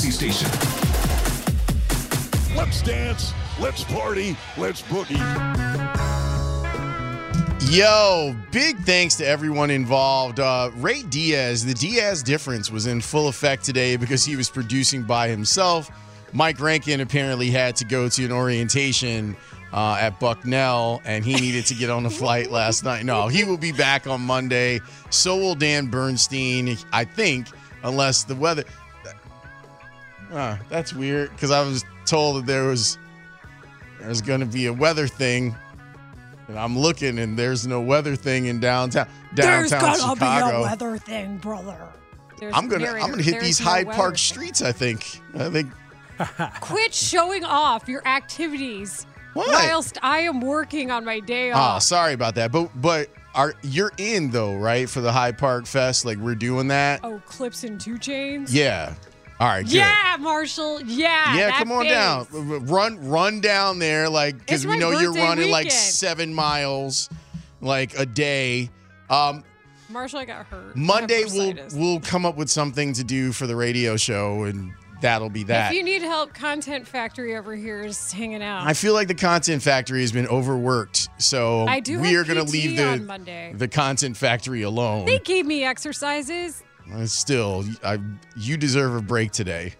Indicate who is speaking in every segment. Speaker 1: Station.
Speaker 2: Let's dance, let's party, let's boogie.
Speaker 3: Yo, big thanks to everyone involved. Uh, Ray Diaz, the Diaz difference was in full effect today because he was producing by himself. Mike Rankin apparently had to go to an orientation uh, at Bucknell and he needed to get on a flight last night. No, he will be back on Monday. So will Dan Bernstein, I think, unless the weather. Uh, that's weird because I was told that there was there was going to be a weather thing and I'm looking, and there's no weather thing in downtown downtown
Speaker 4: There's gonna
Speaker 3: Chicago.
Speaker 4: be a weather thing, brother.
Speaker 5: There's
Speaker 3: I'm gonna
Speaker 5: very-
Speaker 3: I'm gonna hit
Speaker 5: there's
Speaker 3: these
Speaker 5: no
Speaker 3: Hyde
Speaker 5: weather
Speaker 3: Park
Speaker 5: thing.
Speaker 3: streets. I think. I think.
Speaker 5: Quit showing off your activities
Speaker 3: What?
Speaker 5: whilst I am working on my day
Speaker 3: Oh,
Speaker 5: off.
Speaker 3: sorry about that. But but are you're in though, right? For the Hyde Park Fest, like we're doing that.
Speaker 5: Oh, clips and two chains.
Speaker 3: Yeah. All right. Good.
Speaker 5: yeah, Marshall. Yeah,
Speaker 3: Yeah,
Speaker 5: that
Speaker 3: come on
Speaker 5: face.
Speaker 3: down. R- r- Run, run down there, like because
Speaker 5: It's
Speaker 3: we
Speaker 5: my
Speaker 3: know you're
Speaker 5: birthday
Speaker 3: running like
Speaker 5: weekend.
Speaker 3: seven miles, like a day. Um,
Speaker 5: Marshall, I got hurt. I have
Speaker 3: Monday we'll
Speaker 5: bursitis.
Speaker 3: we'll come up with something to do for the radio show, and that'll be that.
Speaker 5: If you need help, Content Factory over here is hanging out.
Speaker 3: I feel like the content factory has been overworked, so
Speaker 5: I do
Speaker 3: we
Speaker 5: have
Speaker 3: are going to
Speaker 5: PT
Speaker 3: leave the
Speaker 5: on Monday.
Speaker 3: the content factory alone.
Speaker 5: they gave me exercises.
Speaker 3: Uh, Still, I you deserve a break today,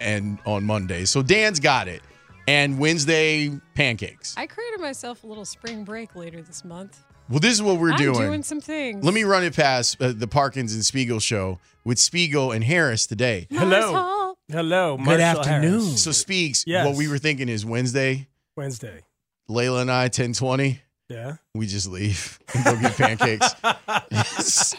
Speaker 3: and on Monday. So Dan's got it, and Wednesday pancakes.
Speaker 5: I created myself a little spring break later this month.
Speaker 3: well, this is what we're
Speaker 5: I'm some things.
Speaker 3: Let me run it past uh, the Parkins and Spiegel show with Spiegel and Harris today.
Speaker 5: Hello.
Speaker 6: Hello,
Speaker 7: Good
Speaker 6: Marshall
Speaker 7: afternoon.
Speaker 6: Harris.
Speaker 3: So Speaks,
Speaker 6: Yes.
Speaker 3: what we were thinking is Wednesday,
Speaker 6: Wednesday.
Speaker 3: Layla and I, ten twenty.
Speaker 6: Yeah.
Speaker 3: We just leave and go get pancakes.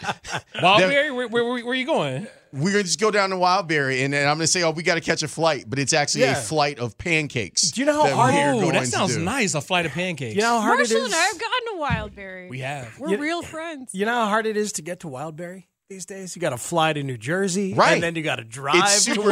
Speaker 6: While
Speaker 3: There-
Speaker 6: where, where, where, where are you going?
Speaker 3: We're gonna just go down to Wildberry, and, and I'm gonna say, "Oh, we got to catch a flight," but it's actually a
Speaker 6: Yeah.
Speaker 3: flight of pancakes.
Speaker 7: Do you know how
Speaker 3: that
Speaker 7: hard-
Speaker 3: we are
Speaker 7: Oh,
Speaker 3: going
Speaker 7: that
Speaker 3: to
Speaker 7: sounds
Speaker 3: do.
Speaker 7: nice. A flight of pancakes.
Speaker 6: You know how hard
Speaker 5: Marshall
Speaker 6: it is.
Speaker 5: and I have gotten to Wildberry.
Speaker 7: we have.
Speaker 5: We're
Speaker 6: You-
Speaker 5: real friends.
Speaker 6: you know how hard it is to get to Wildberry these days. You got to fly to New Jersey,
Speaker 3: Right.
Speaker 6: And then you got to drive
Speaker 3: It's
Speaker 6: to
Speaker 3: super.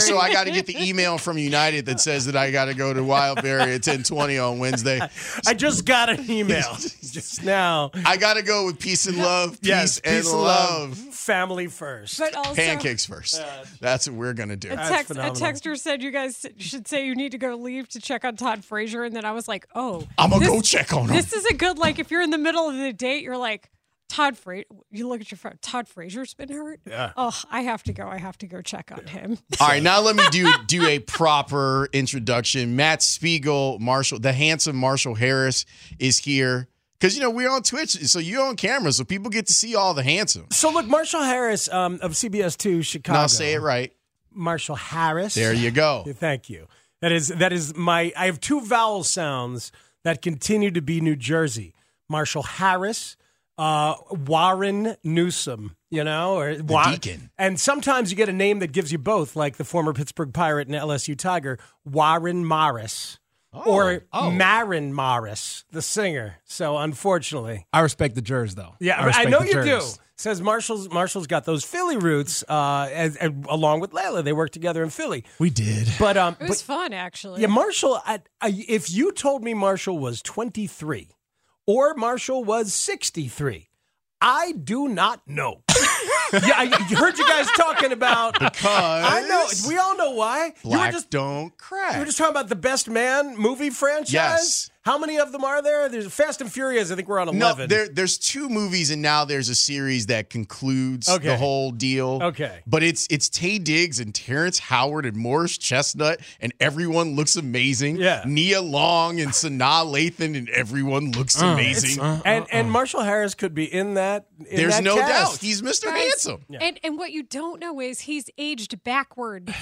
Speaker 3: so I got to get the email from United that says that I got to go to Wildberry at 10:20 on Wednesday.
Speaker 6: I just got an email just now.
Speaker 3: I got to go with peace and love, peace,
Speaker 6: yes,
Speaker 3: and
Speaker 6: peace
Speaker 3: love.
Speaker 6: family first.
Speaker 5: But also,
Speaker 3: Pancakes first. That's what we're gonna do.
Speaker 5: A,
Speaker 6: That's
Speaker 5: text, a
Speaker 6: phenomenal.
Speaker 5: texter said you guys should say you need to go leave to check on Todd Frazier, and then I was like, oh,
Speaker 3: I'm gonna
Speaker 5: this-
Speaker 3: go check on him.
Speaker 5: This is a good like if you're in the middle of the date, you're like Todd Frazier. You look at your phone. Todd Frazier's been hurt. Yeah. Oh, I have to go. I have to go check on him.
Speaker 3: All right, now let me do do a proper introduction. Matt Spiegel, Marshall, the handsome Marshall Harris is here because you know we're on Twitch, so you're on camera, so people get to see all the handsome.
Speaker 6: So look, Marshall Harris um, of CBS Two Chicago.
Speaker 3: Now say it right.
Speaker 6: Marshall Harris.
Speaker 3: There you go.
Speaker 6: Thank you. That is that is my. I have two vowel sounds that continue to be New Jersey. Marshall Harris, uh, Warren Newsom. You know, or Wa-
Speaker 3: Deacon.
Speaker 6: And sometimes you get a name that gives you both, like the former Pittsburgh Pirate and LSU Tiger, Warren Morris. or Marin Morris, the singer. So unfortunately,
Speaker 7: I respect the jurors, though.
Speaker 6: yeah, I,
Speaker 7: respect
Speaker 6: know
Speaker 7: the
Speaker 6: you
Speaker 7: jurors.
Speaker 6: do. Says Marshall's Marshall's got those Philly roots, uh, as, as, along with Layla. They work together in Philly.
Speaker 7: We did.
Speaker 6: But um,
Speaker 5: It was fun actually.
Speaker 6: yeah, Marshall. I, I, if you told me Marshall was 23 or Marshall was 63, I do not know. yeah, I you heard you guys talking about.
Speaker 3: Because
Speaker 6: I know. We all know why. you were
Speaker 3: black
Speaker 6: just
Speaker 3: don't crack.
Speaker 6: you were just talking about the best man movie franchise.
Speaker 3: Yes.
Speaker 6: How many of them are there? There's Fast and Furious. I think we're on
Speaker 3: No,
Speaker 6: eleven.
Speaker 3: there, there's two movies, and now there's a series that concludes the
Speaker 6: Okay.
Speaker 3: whole deal.
Speaker 6: Okay.
Speaker 3: but it's it's Tay Diggs and Terrence Howard and Morris Chestnut, and everyone looks amazing.
Speaker 6: Yeah.
Speaker 3: Nia Long and Sanaa Lathan, and everyone looks
Speaker 6: Uh,
Speaker 3: amazing.
Speaker 7: uh,
Speaker 6: and and Marshall Harris could be in that. in
Speaker 3: Uh-uh. there's
Speaker 6: that
Speaker 3: no doubt
Speaker 6: cast.
Speaker 3: he's Mr. Handsome.
Speaker 5: And and what you don't know is he's aged backwards.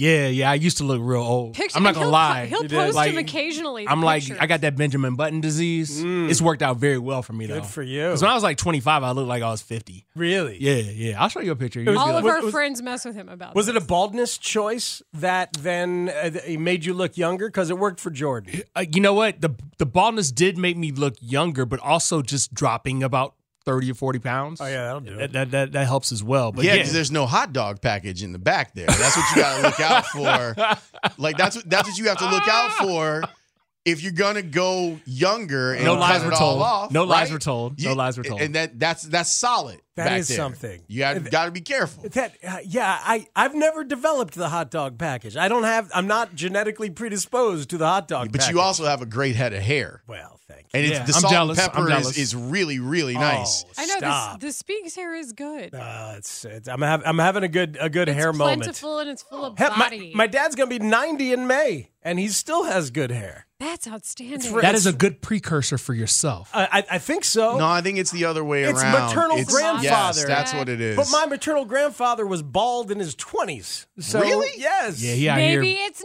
Speaker 7: Yeah, yeah. I used to look real old.
Speaker 5: Picture-
Speaker 7: I'm not
Speaker 5: he'll
Speaker 7: gonna
Speaker 5: po-
Speaker 7: lie.
Speaker 5: he'll You did. post him occasionally, the
Speaker 7: I'm like,
Speaker 5: pictures.
Speaker 7: I got that Benjamin Button disease. It's worked out very well for me though.
Speaker 6: Mm. Good for you.
Speaker 7: 'Cause when I was like 25, I looked like I was 50.
Speaker 6: really.
Speaker 7: Yeah, yeah. I'll show you a picture.
Speaker 6: was-
Speaker 7: You'll be
Speaker 5: All of
Speaker 7: like,
Speaker 5: our
Speaker 6: was-
Speaker 5: friends mess with him about.
Speaker 6: Was it a
Speaker 5: this.
Speaker 6: baldness choice that then uh, th- made you look younger? Because it worked for Jordan.
Speaker 7: uh, you know what? The the baldness did make me look younger, but also just dropping about 30 or 40 pounds. Oh
Speaker 6: yeah, that'll do it.
Speaker 7: That that, that, that helps as well. But
Speaker 3: Yeah,
Speaker 7: yeah,
Speaker 3: because there's no hot dog package in the back there. That's what you gotta look out for. Like that's what that's what you have to look out for if you're gonna go younger and
Speaker 7: No
Speaker 3: cut
Speaker 7: lies
Speaker 3: it
Speaker 7: were
Speaker 3: all
Speaker 7: told.
Speaker 3: off,
Speaker 7: No lies
Speaker 3: right?
Speaker 7: were told. No
Speaker 3: You-
Speaker 7: lies were told.
Speaker 3: And that that's that's solid.
Speaker 6: That
Speaker 3: back
Speaker 6: is
Speaker 3: there.
Speaker 6: something.
Speaker 3: You have, gotta be careful.
Speaker 6: That uh, yeah, I I've never developed the hot dog package. I don't have. I'm not genetically predisposed to the hot dog.
Speaker 3: But
Speaker 6: package.
Speaker 3: you also have a great head of hair.
Speaker 6: well, thank you.
Speaker 3: And it's
Speaker 7: Yeah,
Speaker 3: the
Speaker 7: I'm
Speaker 3: salt
Speaker 7: jealous.
Speaker 3: and
Speaker 7: I'm
Speaker 3: pepper is,
Speaker 7: jealous.
Speaker 3: is really, really nice.
Speaker 6: Oh,
Speaker 5: I know
Speaker 6: stop.
Speaker 5: this. The speaks hair is good.
Speaker 6: Uh, it's, it's, I'm, hav- I'm having a good a good hair
Speaker 5: it's
Speaker 6: moment.
Speaker 5: plentiful and it's full of
Speaker 6: He-
Speaker 5: body.
Speaker 6: my, my dad's gonna be 90 in May, and he still has good hair.
Speaker 5: That's outstanding.
Speaker 7: that is a good precursor for yourself.
Speaker 6: I, I, I think so.
Speaker 3: No, I think it's the other way
Speaker 6: It's
Speaker 3: around.
Speaker 6: maternal
Speaker 3: Yes,
Speaker 6: grandfather.
Speaker 3: that's what it is.
Speaker 6: But my maternal grandfather was bald in his 20s. So,
Speaker 3: Really?
Speaker 6: Yes.
Speaker 7: yeah, yeah. I hear-
Speaker 5: Maybe it's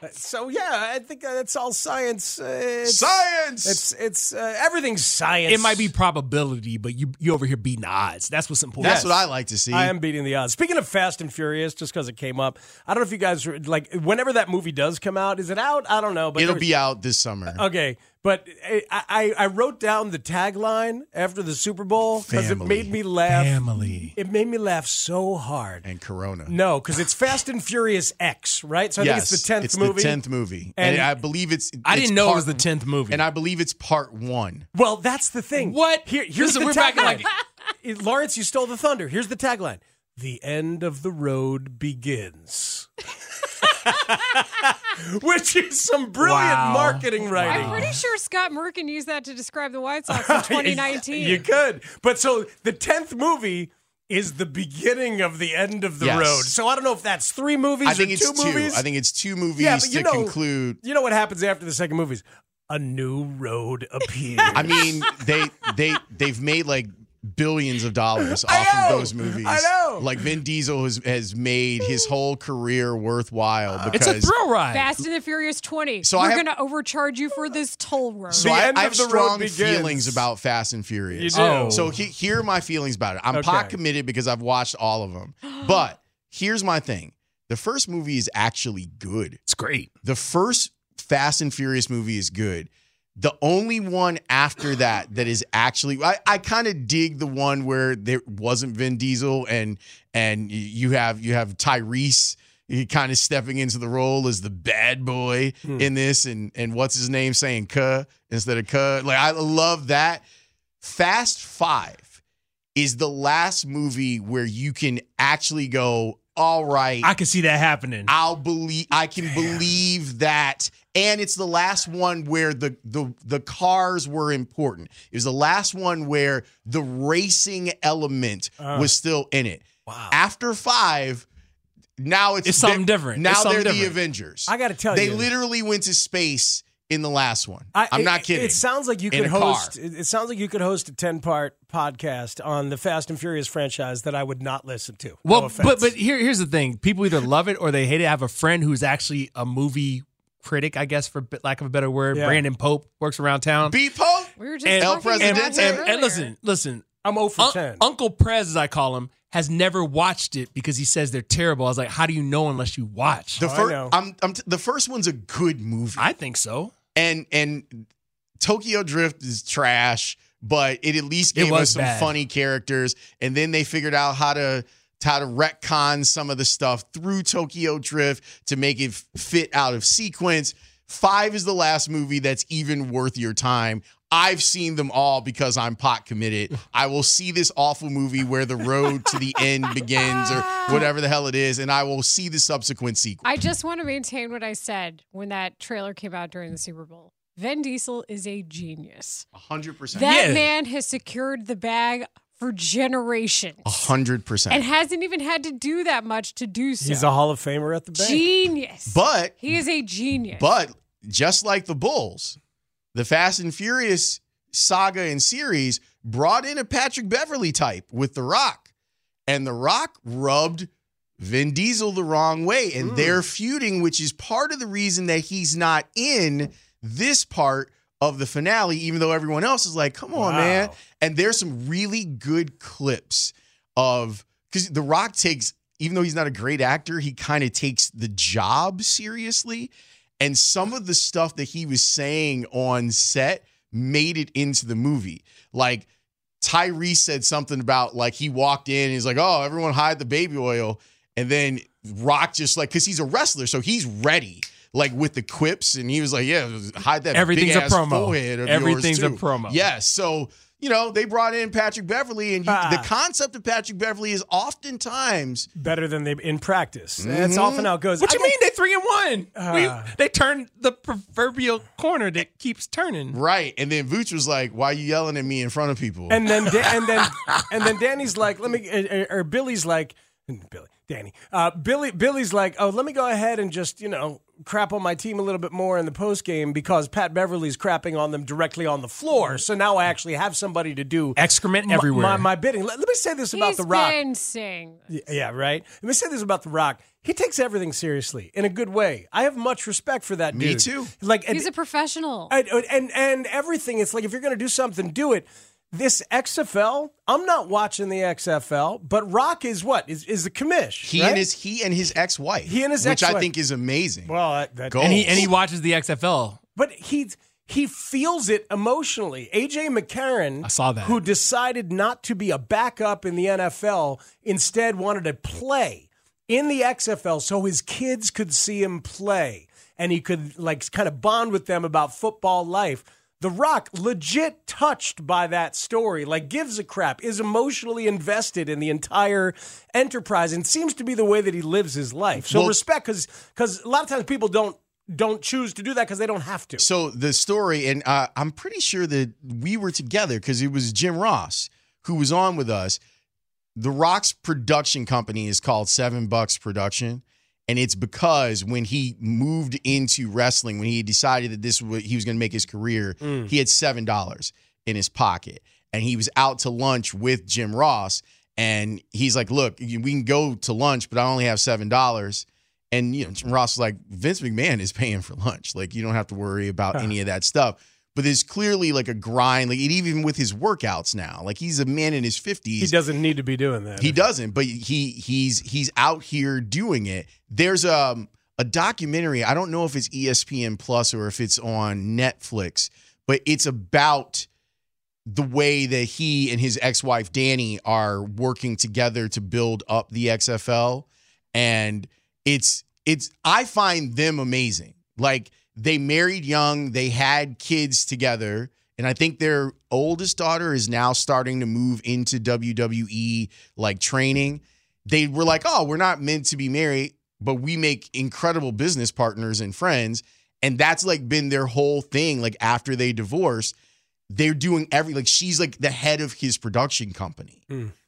Speaker 5: not.
Speaker 6: So yeah, I think uh, that's all science. Uh, it's,
Speaker 3: Science.
Speaker 6: It's it's uh, everything's science.
Speaker 7: It might be probability, but you you over here beating the odds. That's what's important.
Speaker 3: that's what I like to see.
Speaker 6: I am beating the odds. Speaking of Fast and Furious, just because it came up, I don't know if you guys are, like whenever that movie does come out. Is it out? I don't know, but Oh,
Speaker 3: It'll
Speaker 6: there-
Speaker 3: be out this summer.
Speaker 6: Okay, but I, I, I wrote down the tagline after the Super Bowl because it
Speaker 3: Family.
Speaker 6: made me laugh.
Speaker 7: Family.
Speaker 6: It made me laugh so hard.
Speaker 3: and Corona.
Speaker 6: No, because it's Fast and Furious X, right? So I
Speaker 3: yes,
Speaker 6: think it's the tenth
Speaker 3: it's
Speaker 6: movie.
Speaker 3: the tenth movie, and,
Speaker 6: And-
Speaker 3: I believe it's.
Speaker 7: I
Speaker 3: it's
Speaker 7: didn't know it was the
Speaker 3: part-
Speaker 7: tenth movie.
Speaker 3: and I believe it's part one.
Speaker 6: Well, that's the thing.
Speaker 7: What?
Speaker 6: Here, here's
Speaker 7: Listen,
Speaker 6: the
Speaker 7: we're back in
Speaker 6: tagline. It- Lawrence, you stole the thunder. Here's the tagline: "The end of the road begins." Which is some brilliant
Speaker 7: Wow.
Speaker 6: marketing writing.
Speaker 5: I'm pretty sure Scott Merkin used that to describe the White Sox in 2019.
Speaker 6: You could. But so the 10th movie is the beginning of the end of the
Speaker 3: Yes.
Speaker 6: road. So I don't know if that's three movies
Speaker 3: I think
Speaker 6: or
Speaker 3: it's
Speaker 6: two movies.
Speaker 3: I think it's two movies
Speaker 6: Yeah, but you
Speaker 3: to
Speaker 6: know-
Speaker 3: conclude.
Speaker 6: you know what happens after the second movies? A new road appears.
Speaker 3: I mean, they they they've made like billions of dollars
Speaker 6: I
Speaker 3: off
Speaker 6: know.
Speaker 3: of those movies.
Speaker 6: I know.
Speaker 3: Like Vin Diesel has has made his whole career worthwhile
Speaker 7: it's
Speaker 3: because
Speaker 7: a thrill ride.
Speaker 5: Fast and the Furious 20.
Speaker 3: So I
Speaker 5: We're
Speaker 3: have-
Speaker 5: going to overcharge you for this toll road.
Speaker 3: So
Speaker 6: The
Speaker 3: I,
Speaker 6: end
Speaker 3: I have
Speaker 6: of the road
Speaker 3: strong
Speaker 6: begins.
Speaker 3: feelings about Fast and Furious.
Speaker 6: You do. Oh.
Speaker 3: So he, here are my feelings about it. I'm pot committed because I've watched all of them. But here's my thing: the first movie is actually good.
Speaker 7: It's great.
Speaker 3: The first Fast and Furious movie is good. The only one after that that is actually I, I kind of dig the one where there wasn't Vin Diesel and and y- you have you have Tyrese kind of stepping into the role as the bad boy in this and and what's his name saying cuh instead of cuh. Like I love that. Fast Five is the last movie where you can actually go, all right.
Speaker 7: I can see that happening.
Speaker 3: I'll believe I can believe that. And it's the last one where the the the cars were important. It was the last one where the racing element
Speaker 6: Uh.
Speaker 3: was still in it. Wow. After five, now it's,
Speaker 7: It's something
Speaker 3: they're-
Speaker 7: different.
Speaker 3: Now
Speaker 7: It's something
Speaker 3: they're the
Speaker 7: different.
Speaker 3: Avengers.
Speaker 6: I gotta tell
Speaker 3: they
Speaker 6: you.
Speaker 3: they literally went to space in the last one. I,
Speaker 6: I-
Speaker 3: am
Speaker 6: it-
Speaker 3: not kidding.
Speaker 6: It sounds like you
Speaker 3: In
Speaker 6: could
Speaker 3: a car.
Speaker 6: host. It it sounds like you could host a ten-part podcast on the Fast and Furious franchise that I would not listen to.
Speaker 7: well,
Speaker 6: no
Speaker 7: but
Speaker 6: offense.
Speaker 7: but here here's the thing: people either love it or they hate it. I have a friend who's actually a movie critic, I guess, for b- lack of a better word.
Speaker 6: Yeah.
Speaker 7: Brandon Pope works around town.
Speaker 3: B Pope.
Speaker 5: we were just
Speaker 7: and-
Speaker 3: El
Speaker 5: talking
Speaker 7: and,
Speaker 5: about
Speaker 3: Presidente.
Speaker 5: him
Speaker 7: and- and
Speaker 5: earlier.
Speaker 7: listen, listen.
Speaker 6: I'm zero for
Speaker 7: Un-
Speaker 6: ten.
Speaker 7: Uncle Prez, as I call him, has never watched it because he says they're terrible. I was like, how do you know unless you watch?
Speaker 3: The
Speaker 6: Oh, I know.
Speaker 3: first, I'm, I'm t- the first one's a good movie.
Speaker 7: I think so.
Speaker 3: and and Tokyo Drift is trash, but it at least
Speaker 7: It
Speaker 3: gave
Speaker 7: was
Speaker 3: us some
Speaker 7: bad.
Speaker 3: funny characters. And then they figured out how to how to retcon some of the stuff through Tokyo Drift to make it fit out of sequence. Five is the last movie that's even worth your time. I've seen them all because I'm pot committed. I will see this awful movie where the road to the end begins or whatever the hell it is, and I will see the subsequent sequel.
Speaker 5: I just want to maintain what I said when that trailer came out during the Super Bowl. Vin Diesel is a genius.
Speaker 3: 100%.
Speaker 5: That
Speaker 7: Yeah.
Speaker 5: man has secured the bag for generations
Speaker 7: Oh,
Speaker 3: 100%.
Speaker 5: and hasn't even had to do that much to do so.
Speaker 6: He's a Hall of Famer at the bank.
Speaker 5: genius.
Speaker 3: but
Speaker 5: he is a genius.
Speaker 3: But just like the Bulls, the Fast and Furious saga and series brought in a Patrick Beverly type with The Rock. And The Rock rubbed Vin Diesel the wrong way. And they're feuding, which is part of the reason that he's not in this part of the finale, even though everyone else is like, come on,
Speaker 6: Wow.
Speaker 3: man. And there's some really good clips of because The Rock takes, even though he's not a great actor, he kind of takes the job seriously. And some of the stuff that he was saying on set made it into the movie. Like Tyrese said something about like he walked in and he's like, oh, everyone hide the baby oil. And then Rock just like, because he's a wrestler, so he's ready. Like with the quips, and he was like, "Yeah, hide that
Speaker 7: Everything's a
Speaker 3: big-ass
Speaker 7: promo.
Speaker 3: forehead of yours,
Speaker 7: Everything's a
Speaker 3: too."
Speaker 7: promo.
Speaker 3: Yes, so you know they brought in Patrick Beverly, and you,
Speaker 6: Ah.
Speaker 3: the concept of Patrick Beverly is oftentimes
Speaker 6: Better than they in practice. That's often how it goes.
Speaker 7: Mm-hmm. What
Speaker 6: I
Speaker 7: you
Speaker 6: got-
Speaker 7: mean they three and one? We-
Speaker 6: Uh.
Speaker 7: they turned the proverbial corner that keeps turning.
Speaker 3: right. And then Vooch was like, "Why you yelling at me in front of people?"
Speaker 6: And then da- and then and then Danny's like, let me or- or Billy's like, "Hmm, Billy, Danny, uh, Billy, Billy's like, oh, let me go ahead and just you know crap on my team a little bit more in the post game because Pat Beverly's crapping on them directly on the floor. So now I actually have somebody to do
Speaker 7: Excrement
Speaker 6: my-
Speaker 7: everywhere.
Speaker 6: My, my bidding. Let, let me say this
Speaker 5: he's
Speaker 6: about the Rock.
Speaker 5: been saying
Speaker 6: Y- Yeah, right. Let me say this about The Rock. He takes everything seriously in a good way. I have much respect for that
Speaker 3: Me
Speaker 6: dude.
Speaker 3: too.
Speaker 6: Like and-
Speaker 5: he's a professional.
Speaker 6: and, and and everything. It's like if you're going to do something, do it. This XFL, I'm not watching the XFL, but Rock is what is is the commish.
Speaker 3: he
Speaker 6: right?
Speaker 3: and his he and his ex wife,
Speaker 6: He and his
Speaker 3: which I
Speaker 6: ex-wife.
Speaker 3: think is amazing.
Speaker 6: well, that, that,
Speaker 3: Go.
Speaker 7: And he and he watches the XFL.
Speaker 6: but he he feels it emotionally. AJ McCarron,
Speaker 7: I saw that.
Speaker 6: who decided not to be a backup in the NFL, instead wanted to play in the XFL so his kids could see him play and he could like kind of bond with them about football life. The Rock legit touched by that story, like gives a crap, is emotionally invested in the entire enterprise and seems to be the way that he lives his life. So
Speaker 3: Well-
Speaker 6: respect cuz cuz a lot of times people don't don't choose to do that because they don't have to.
Speaker 3: So the story, and uh, I'm pretty sure that we were together because it was Jim Ross who was on with us. The Rock's production company is called Seven Bucks Production, and it's because when he moved into wrestling, when he decided that this was what he was going to make his career, he had seven dollars in his pocket, and he was out to lunch with Jim Ross, and he's like, "Look, you- we can go to lunch, but I only have seven dollars." And you know, Jim Ross was like, Vince McMahon is paying for lunch. Like, you don't have to worry about any of that stuff. But there's clearly like a grind, like and even with his workouts now. Like he's a man in his
Speaker 6: He
Speaker 3: fifties.
Speaker 6: doesn't need to be doing that.
Speaker 3: He doesn't, but he he's he's out here doing it. There's um a documentary. I don't know if it's E ESPN Plus or if it's on Netflix, but it's about the way that he and his ex-wife Danny are working together to build up the XFL and it's it's I find them amazing. Like they married young, they had kids together, and I think their oldest daughter is now starting to move into WWE like training. They were like, "Oh, we're not meant to be married, but we make incredible business partners and friends." And that's like been their whole thing like after they divorced, they're doing every like she's like the head of his production company.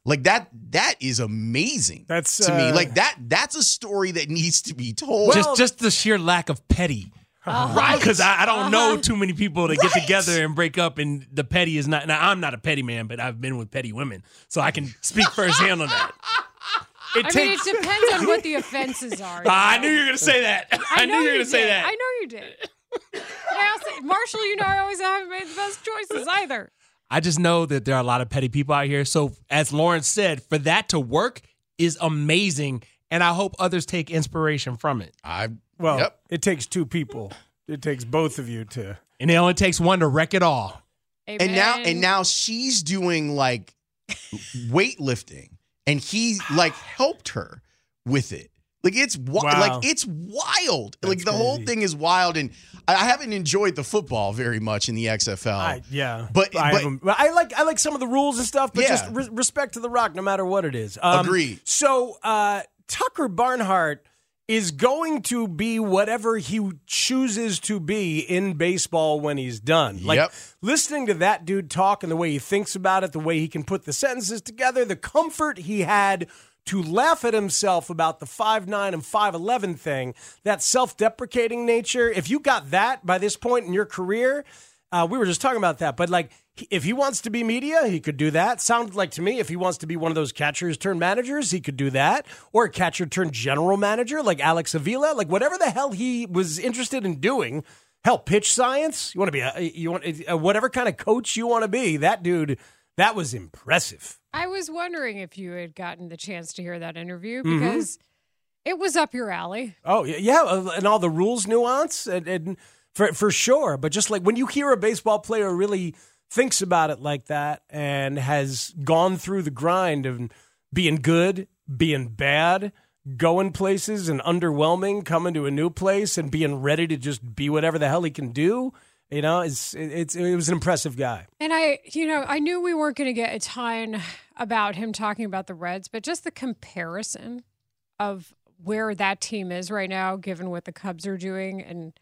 Speaker 3: Like that that is amazing.
Speaker 6: Hmm. That's,
Speaker 3: to me
Speaker 6: uh,
Speaker 3: like that that's a story that needs to be told.
Speaker 7: just just the sheer lack of petty. Uh-huh. Right, Uh-huh. because I, I don't know too many people that get
Speaker 3: Right.
Speaker 7: together and break up, and the petty is not. Now I'm not a petty man, but I've been with petty women, so I can speak firsthand on that. It
Speaker 5: I mean, it depends on what the offenses are.
Speaker 7: I
Speaker 5: you
Speaker 7: knew
Speaker 5: know?
Speaker 7: you were gonna say that. I, knew you were gonna
Speaker 5: did.
Speaker 7: say that.
Speaker 5: I know you did. And I also, Marshall, you know I always haven't made the best choices either.
Speaker 7: I just know that there are a lot of petty people out here. So, as Lawrence said, for that to work is amazing. And I hope others take inspiration from it.
Speaker 3: I
Speaker 6: Well,
Speaker 3: Yep.
Speaker 6: it takes two people. It takes both of you to.
Speaker 7: And it only takes one to wreck it all.
Speaker 3: and now
Speaker 5: Amen.
Speaker 3: and now she's doing like weightlifting and he like helped her with it. Like it's wi-
Speaker 6: Wow.
Speaker 3: like it's wild. like the whole
Speaker 6: crazy.
Speaker 3: thing is wild and I I haven't enjoyed the football very much in the XFL.
Speaker 6: I, yeah,
Speaker 3: But-
Speaker 6: I,
Speaker 3: but-
Speaker 6: haven't- I like I like some of the rules and stuff, but
Speaker 3: Yeah.
Speaker 6: just re- respect to the rock, no matter what it is. Um,
Speaker 3: Agreed.
Speaker 6: So uh, Tucker Barnhart
Speaker 7: is going to be whatever he chooses to be in baseball when he's done. Like
Speaker 3: Yep.
Speaker 7: listening to that dude talk and the way he thinks about it, the way he can put the sentences together, the comfort he had to laugh at himself about the 5'9 and 5'11 thing, that self deprecating nature. If you got that by this point in your career, uh, we were just talking about that, but like he- if he wants to be media, he could do that. Sounded like to me if he wants to be one of those catchers turned managers, he could do that, or a catcher turned general manager like Alex Avila, like whatever the hell he was interested in doing. Hell, pitch science. You want to be a you want uh whatever kind of coach you want to be. That dude, that was impressive.
Speaker 5: I was wondering if you had gotten the chance to hear that interview because it was up your alley.
Speaker 7: Oh yeah, yeah, uh, and all the rules nuance and, and for for sure. But just like when you hear a baseball player really thinks about it like that and has gone through the grind of being good, being bad, going places and underwhelming, coming to a new place and being ready to just be whatever the hell he can do. You know, it's it's it was an impressive guy.
Speaker 5: And I, you know, I knew we weren't going to get a ton about him talking about the Reds, but just the comparison of where that team is right now, given what the Cubs are doing. And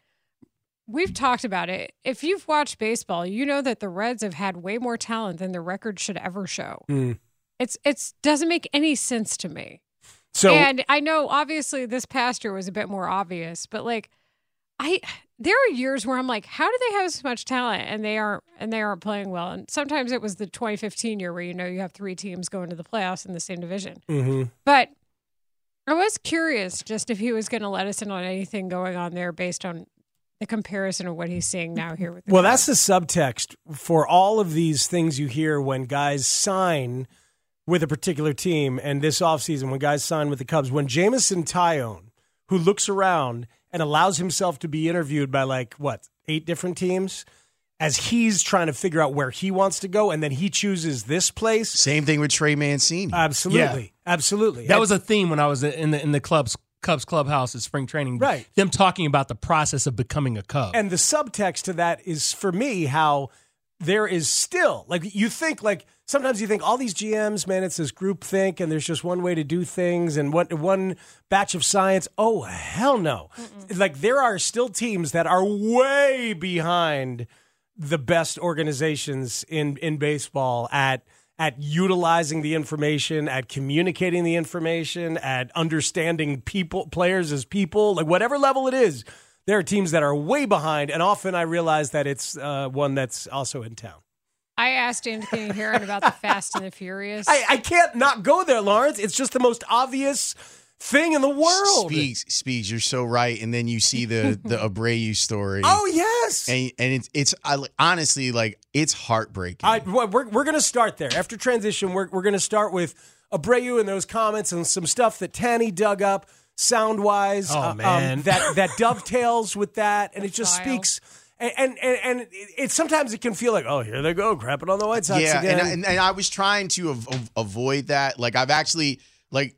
Speaker 5: we've talked about it. If you've watched baseball, you know that the Reds have had way more talent than the record should ever show. It's it's doesn't make any sense to me.
Speaker 7: So
Speaker 5: and I know obviously this past year was a bit more obvious, but like I there are years where I'm like, how do they have so much talent and they aren't and they aren't playing well? And sometimes it was the 2015 year where you know you have three teams going to the playoffs in the same division.
Speaker 7: mhm.
Speaker 5: But I was curious just if he was going to let us in on anything going on there based on the comparison of what he's seeing now here with the
Speaker 7: Well,
Speaker 5: Cubs.
Speaker 7: that's the subtext for all of these things you hear when guys sign with a particular team. And this offseason, when guys sign with the Cubs, when Jamison Tyone, who looks around and allows himself to be interviewed by like, what, eight different teams, as he's trying to figure out where he wants to go, and then he chooses this place.
Speaker 3: Same thing with Trey Mancini.
Speaker 7: Absolutely. Absolutely.
Speaker 6: That was a theme when I was in the in the clubs Cubs clubhouse at spring training.
Speaker 7: Right.
Speaker 6: Them talking about the process of becoming a Cub.
Speaker 7: And the subtext to that is for me how there is still like you think like sometimes you think all these GMs, man, it's this group think and there's just one way to do things and what one batch of science. Oh hell no. Like there are still teams that are way behind the best organizations in in baseball at at utilizing the information, at communicating the information, at understanding people players as people, like whatever level it is. There are teams that are way behind, and often I realize that it's uh, one that's also in town.
Speaker 5: I asked Anthony Heron about the Fast and the Furious.
Speaker 7: I, I can't not go there, Lawrence. It's just the most obvious thing in the world.
Speaker 3: Speaks, speaks. You're so right. And then you see the the Abreu story.
Speaker 7: Oh yes.
Speaker 3: and and it's it's I, honestly like it's heartbreaking.
Speaker 7: I, well, we're we're going to start there. After transition, we're, we're going to start with Abreu and those comments and some stuff that Tanny dug up sound wise.
Speaker 6: Oh, man.
Speaker 7: that that dovetails with that, and it just
Speaker 5: Style.
Speaker 7: speaks. And and and, and it, it sometimes it can feel like oh here they go crapping on the White Sox
Speaker 3: yeah,
Speaker 7: again.
Speaker 3: and, I- and and I was trying to av- av- avoid that. Like I've actually like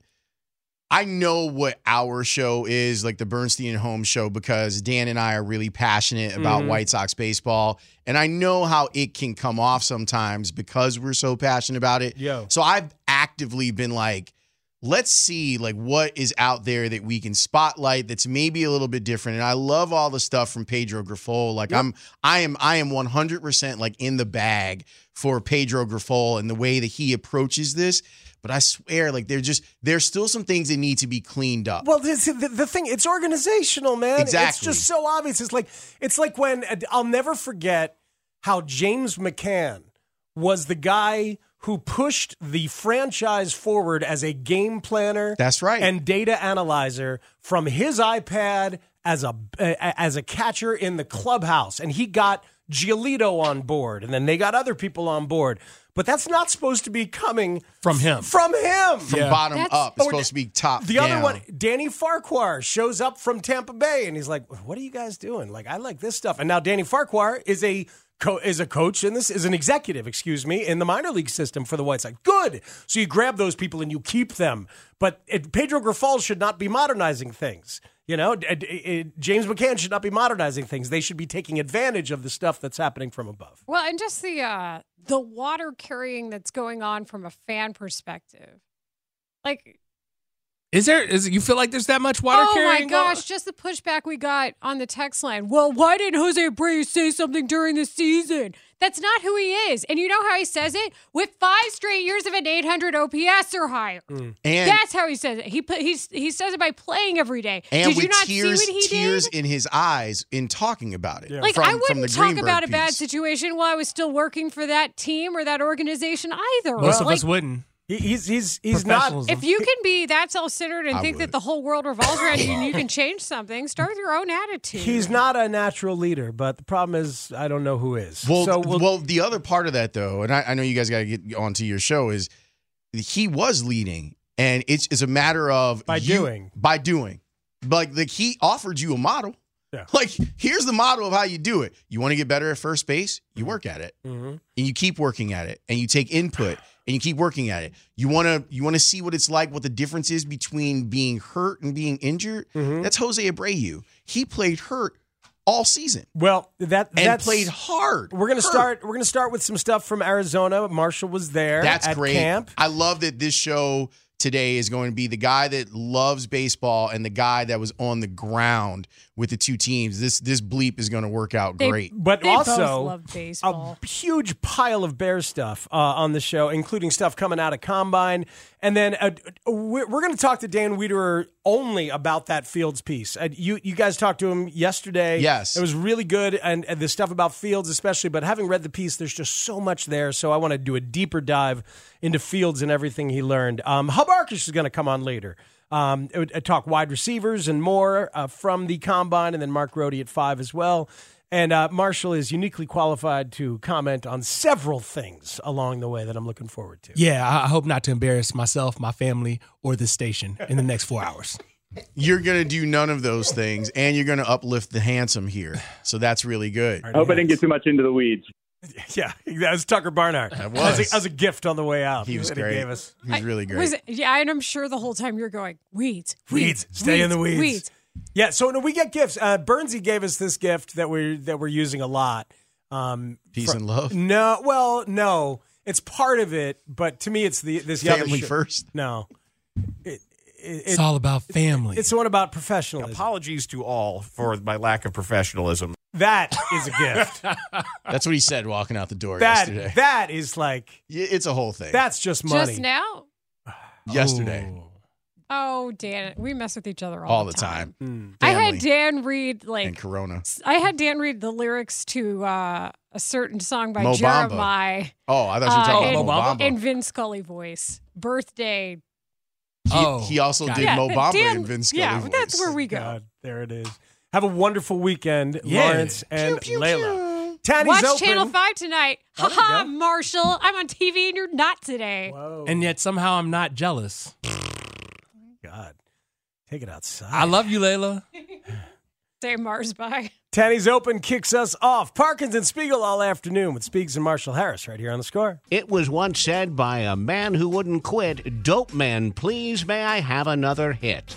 Speaker 3: I know what our show is, like the Bernstein and Home show, because Dan and I are really passionate about White Sox baseball, and I know how it can come off sometimes because we're so passionate about it.
Speaker 7: Yo.
Speaker 3: So I've actively been like. Let's see like what is out there that we can spotlight that's maybe a little bit different. And I love all the stuff from Pedro Grifol. Like I'm I am I am 100% like in the bag for Pedro Grifol and the way that he approaches this. But I swear, like there's just there's still some things that need to be cleaned up.
Speaker 7: Well, this, the, the thing it's organizational, man. It's
Speaker 3: Exactly.
Speaker 7: just so obvious. It's like it's like when I'll never forget how James McCann was the guy who pushed the franchise forward as a game planner.
Speaker 3: That's right.
Speaker 7: And data analyzer from his iPad as a uh, as a catcher in the clubhouse, and he got Giolito on board, and then they got other people on board. But that's not supposed to be coming
Speaker 6: From him.
Speaker 7: From him.
Speaker 3: From bottom
Speaker 5: That's-
Speaker 3: up, it's
Speaker 7: or
Speaker 3: supposed to be top.
Speaker 7: The other
Speaker 3: down.
Speaker 7: one, Danny Farquhar, shows up from Tampa Bay, and he's like, "What are you guys doing? Like, I like this stuff." And now Danny Farquhar is a co- is a coach in this is an executive, excuse me, in the minor league system for the White Sox. Good. So you grab those people and you keep them. But it, Pedro Grifol should not be modernizing things. You know, D- d- it- James McCann should not be modernizing things. They should be taking advantage of the stuff that's happening from above.
Speaker 5: Well, and just the uh the water carrying that's going on from a fan perspective. Like
Speaker 6: Is there? Is you feel like there's that much water
Speaker 5: oh
Speaker 6: carrying?
Speaker 5: my gosh, just the pushback we got on the text line. Well, why didn't Jose Abreu say something during the season? That's not who he is. And you know how he says it? With five straight years of an 800 OPS or higher.
Speaker 6: Hmm.
Speaker 3: And
Speaker 5: That's how he says it. He put, he's, he says it by playing every day.
Speaker 3: and
Speaker 5: Did
Speaker 3: with
Speaker 5: you not
Speaker 3: tears
Speaker 5: see what he
Speaker 3: tears
Speaker 5: did?
Speaker 3: in his eyes in talking about it.
Speaker 5: Like
Speaker 3: from-
Speaker 5: I
Speaker 3: from
Speaker 5: wouldn't
Speaker 3: the
Speaker 5: talk
Speaker 3: Greenberg
Speaker 5: about a bad
Speaker 3: piece.
Speaker 5: situation while I was still working for that team or that organization either.
Speaker 6: Most of
Speaker 5: Like,
Speaker 6: us wouldn't.
Speaker 7: He, he's he's he's not.
Speaker 6: Professionalism.
Speaker 5: if you can be that self-centered and
Speaker 3: I
Speaker 5: think
Speaker 3: would.
Speaker 5: that the whole world revolves around you and you can change something, start with your own attitude.
Speaker 7: He's not a natural leader, but the problem is I don't know who is.
Speaker 3: Well,
Speaker 7: so
Speaker 3: well,
Speaker 7: we'll,
Speaker 3: the other part of that though, and I, I know you guys got to get onto your show is he was leading, and it's, it's a matter of
Speaker 7: By
Speaker 3: you-
Speaker 7: doing.
Speaker 3: by doing, like like he offered you a model.
Speaker 7: Yeah.
Speaker 3: Like here's the model of how you do it. You want to get better at first base, you work at it,
Speaker 7: Mhm.
Speaker 3: and you keep working at it, and you take input, and you keep working at it. You want to you want to see what it's like, what the difference is between being hurt and being injured.
Speaker 7: Mm-hmm.
Speaker 3: That's Jose Abreu. He played hurt all season
Speaker 7: well, that
Speaker 3: and
Speaker 7: that's
Speaker 3: played hard.
Speaker 7: We're gonna
Speaker 3: Hurt.
Speaker 7: start. We're gonna start with some stuff from Arizona. Marshall was there.
Speaker 3: That's
Speaker 7: at
Speaker 3: great.
Speaker 7: Camp.
Speaker 3: I love that this show today is going to be the guy that loves baseball and the guy that was on the ground with the two teams. This this bleep is going to work out
Speaker 5: They-
Speaker 3: great.
Speaker 7: But
Speaker 5: They both
Speaker 7: also,
Speaker 5: love baseball.
Speaker 7: a huge pile of bear stuff uh, on the show, including stuff coming out of combine, and then uh, we're going to talk to Dan Wiederer only about that Fields piece. Uh, you you guys talked to him yesterday.
Speaker 3: Yes.
Speaker 7: it was really good, and, and the stuff about Fields especially. But having read the piece, there's just so much there. So I want to do a deeper dive into Fields and everything he learned. Um, Hub Arkish is going to come on later. Um, it would- uh, talk wide receivers and more uh, from the combine, and then Mark Rohde at five as well. And uh, Marshall is uniquely qualified to comment on several things along the way that I'm looking forward to.
Speaker 6: Yeah, I I hope not to embarrass myself, my family, or this station uh, in the next four hours.
Speaker 3: You're going to do none of those things and you're going to uplift the handsome here. So that's really good.
Speaker 8: I hope I didn't get too much into the weeds.
Speaker 7: Yeah, that was Tucker Barnard. That
Speaker 3: was.
Speaker 7: as a, as a gift on the way out.
Speaker 3: He was
Speaker 7: that
Speaker 3: great.
Speaker 7: He gave us.
Speaker 3: He's really great.
Speaker 5: Was it- yeah, and I'm sure the whole time you're going weeds,
Speaker 7: Weeds, stay in the weeds.
Speaker 5: weeds.
Speaker 7: Yeah, so no, we get gifts. Uh, Bernsey gave us this gift that we're that we're using a lot. Um,
Speaker 3: Peace and love.
Speaker 7: no, well, no, it's part of it, but to me, it's the this other
Speaker 3: Family
Speaker 7: shit.
Speaker 3: first.
Speaker 7: No, it, it,
Speaker 6: It's all about family.
Speaker 7: it's the one about professionalism.
Speaker 9: Apologies to all for my lack of professionalism.
Speaker 7: that is a gift.
Speaker 3: That's what he said walking out the door yesterday.
Speaker 7: that that is like
Speaker 3: Yeah, it's a whole thing.
Speaker 7: that's just money.
Speaker 5: Just now?
Speaker 3: yesterday.
Speaker 5: Oh, Dan, it. we mess with each other all,
Speaker 3: All the time.
Speaker 5: I had
Speaker 3: Family
Speaker 5: Dan read like
Speaker 3: and Corona.
Speaker 5: I had Dan read the lyrics to uh, a certain song by
Speaker 3: Mo Bamba.
Speaker 5: Jeremiah
Speaker 3: Oh, I thought you were
Speaker 5: uh,
Speaker 3: talking
Speaker 5: in,
Speaker 3: about Mo Bamba.
Speaker 5: in Vin Scully voice. Birthday.
Speaker 3: He,
Speaker 6: Oh,
Speaker 3: he also
Speaker 6: got
Speaker 3: did
Speaker 5: yeah,
Speaker 3: Mo
Speaker 5: but
Speaker 3: Bamba
Speaker 5: Dan-
Speaker 3: and Vince Scully.
Speaker 5: Yeah, that's
Speaker 3: voice.
Speaker 5: where we go.
Speaker 7: God, there it is. Have a wonderful weekend,
Speaker 6: Yeah.
Speaker 7: Lawrence and
Speaker 3: Pew, pew,
Speaker 7: Layla. Taddy's
Speaker 5: Watch
Speaker 7: open.
Speaker 5: Channel Five tonight.
Speaker 7: Oh,
Speaker 5: Ha
Speaker 7: there you
Speaker 5: ha,
Speaker 7: go.
Speaker 5: Marshall. I'm on TV and you're not today.
Speaker 7: Whoa,
Speaker 6: and yet somehow I'm not jealous.
Speaker 7: God, take it outside.
Speaker 6: I love you, Layla.
Speaker 5: Say Mars by.
Speaker 7: Taddy's Open kicks us off. Parkins and Spiegel all afternoon with Spiegs and Marshall Harris right here on the score.
Speaker 2: It was once said by a man who wouldn't quit, Dope man, please may I have another hit.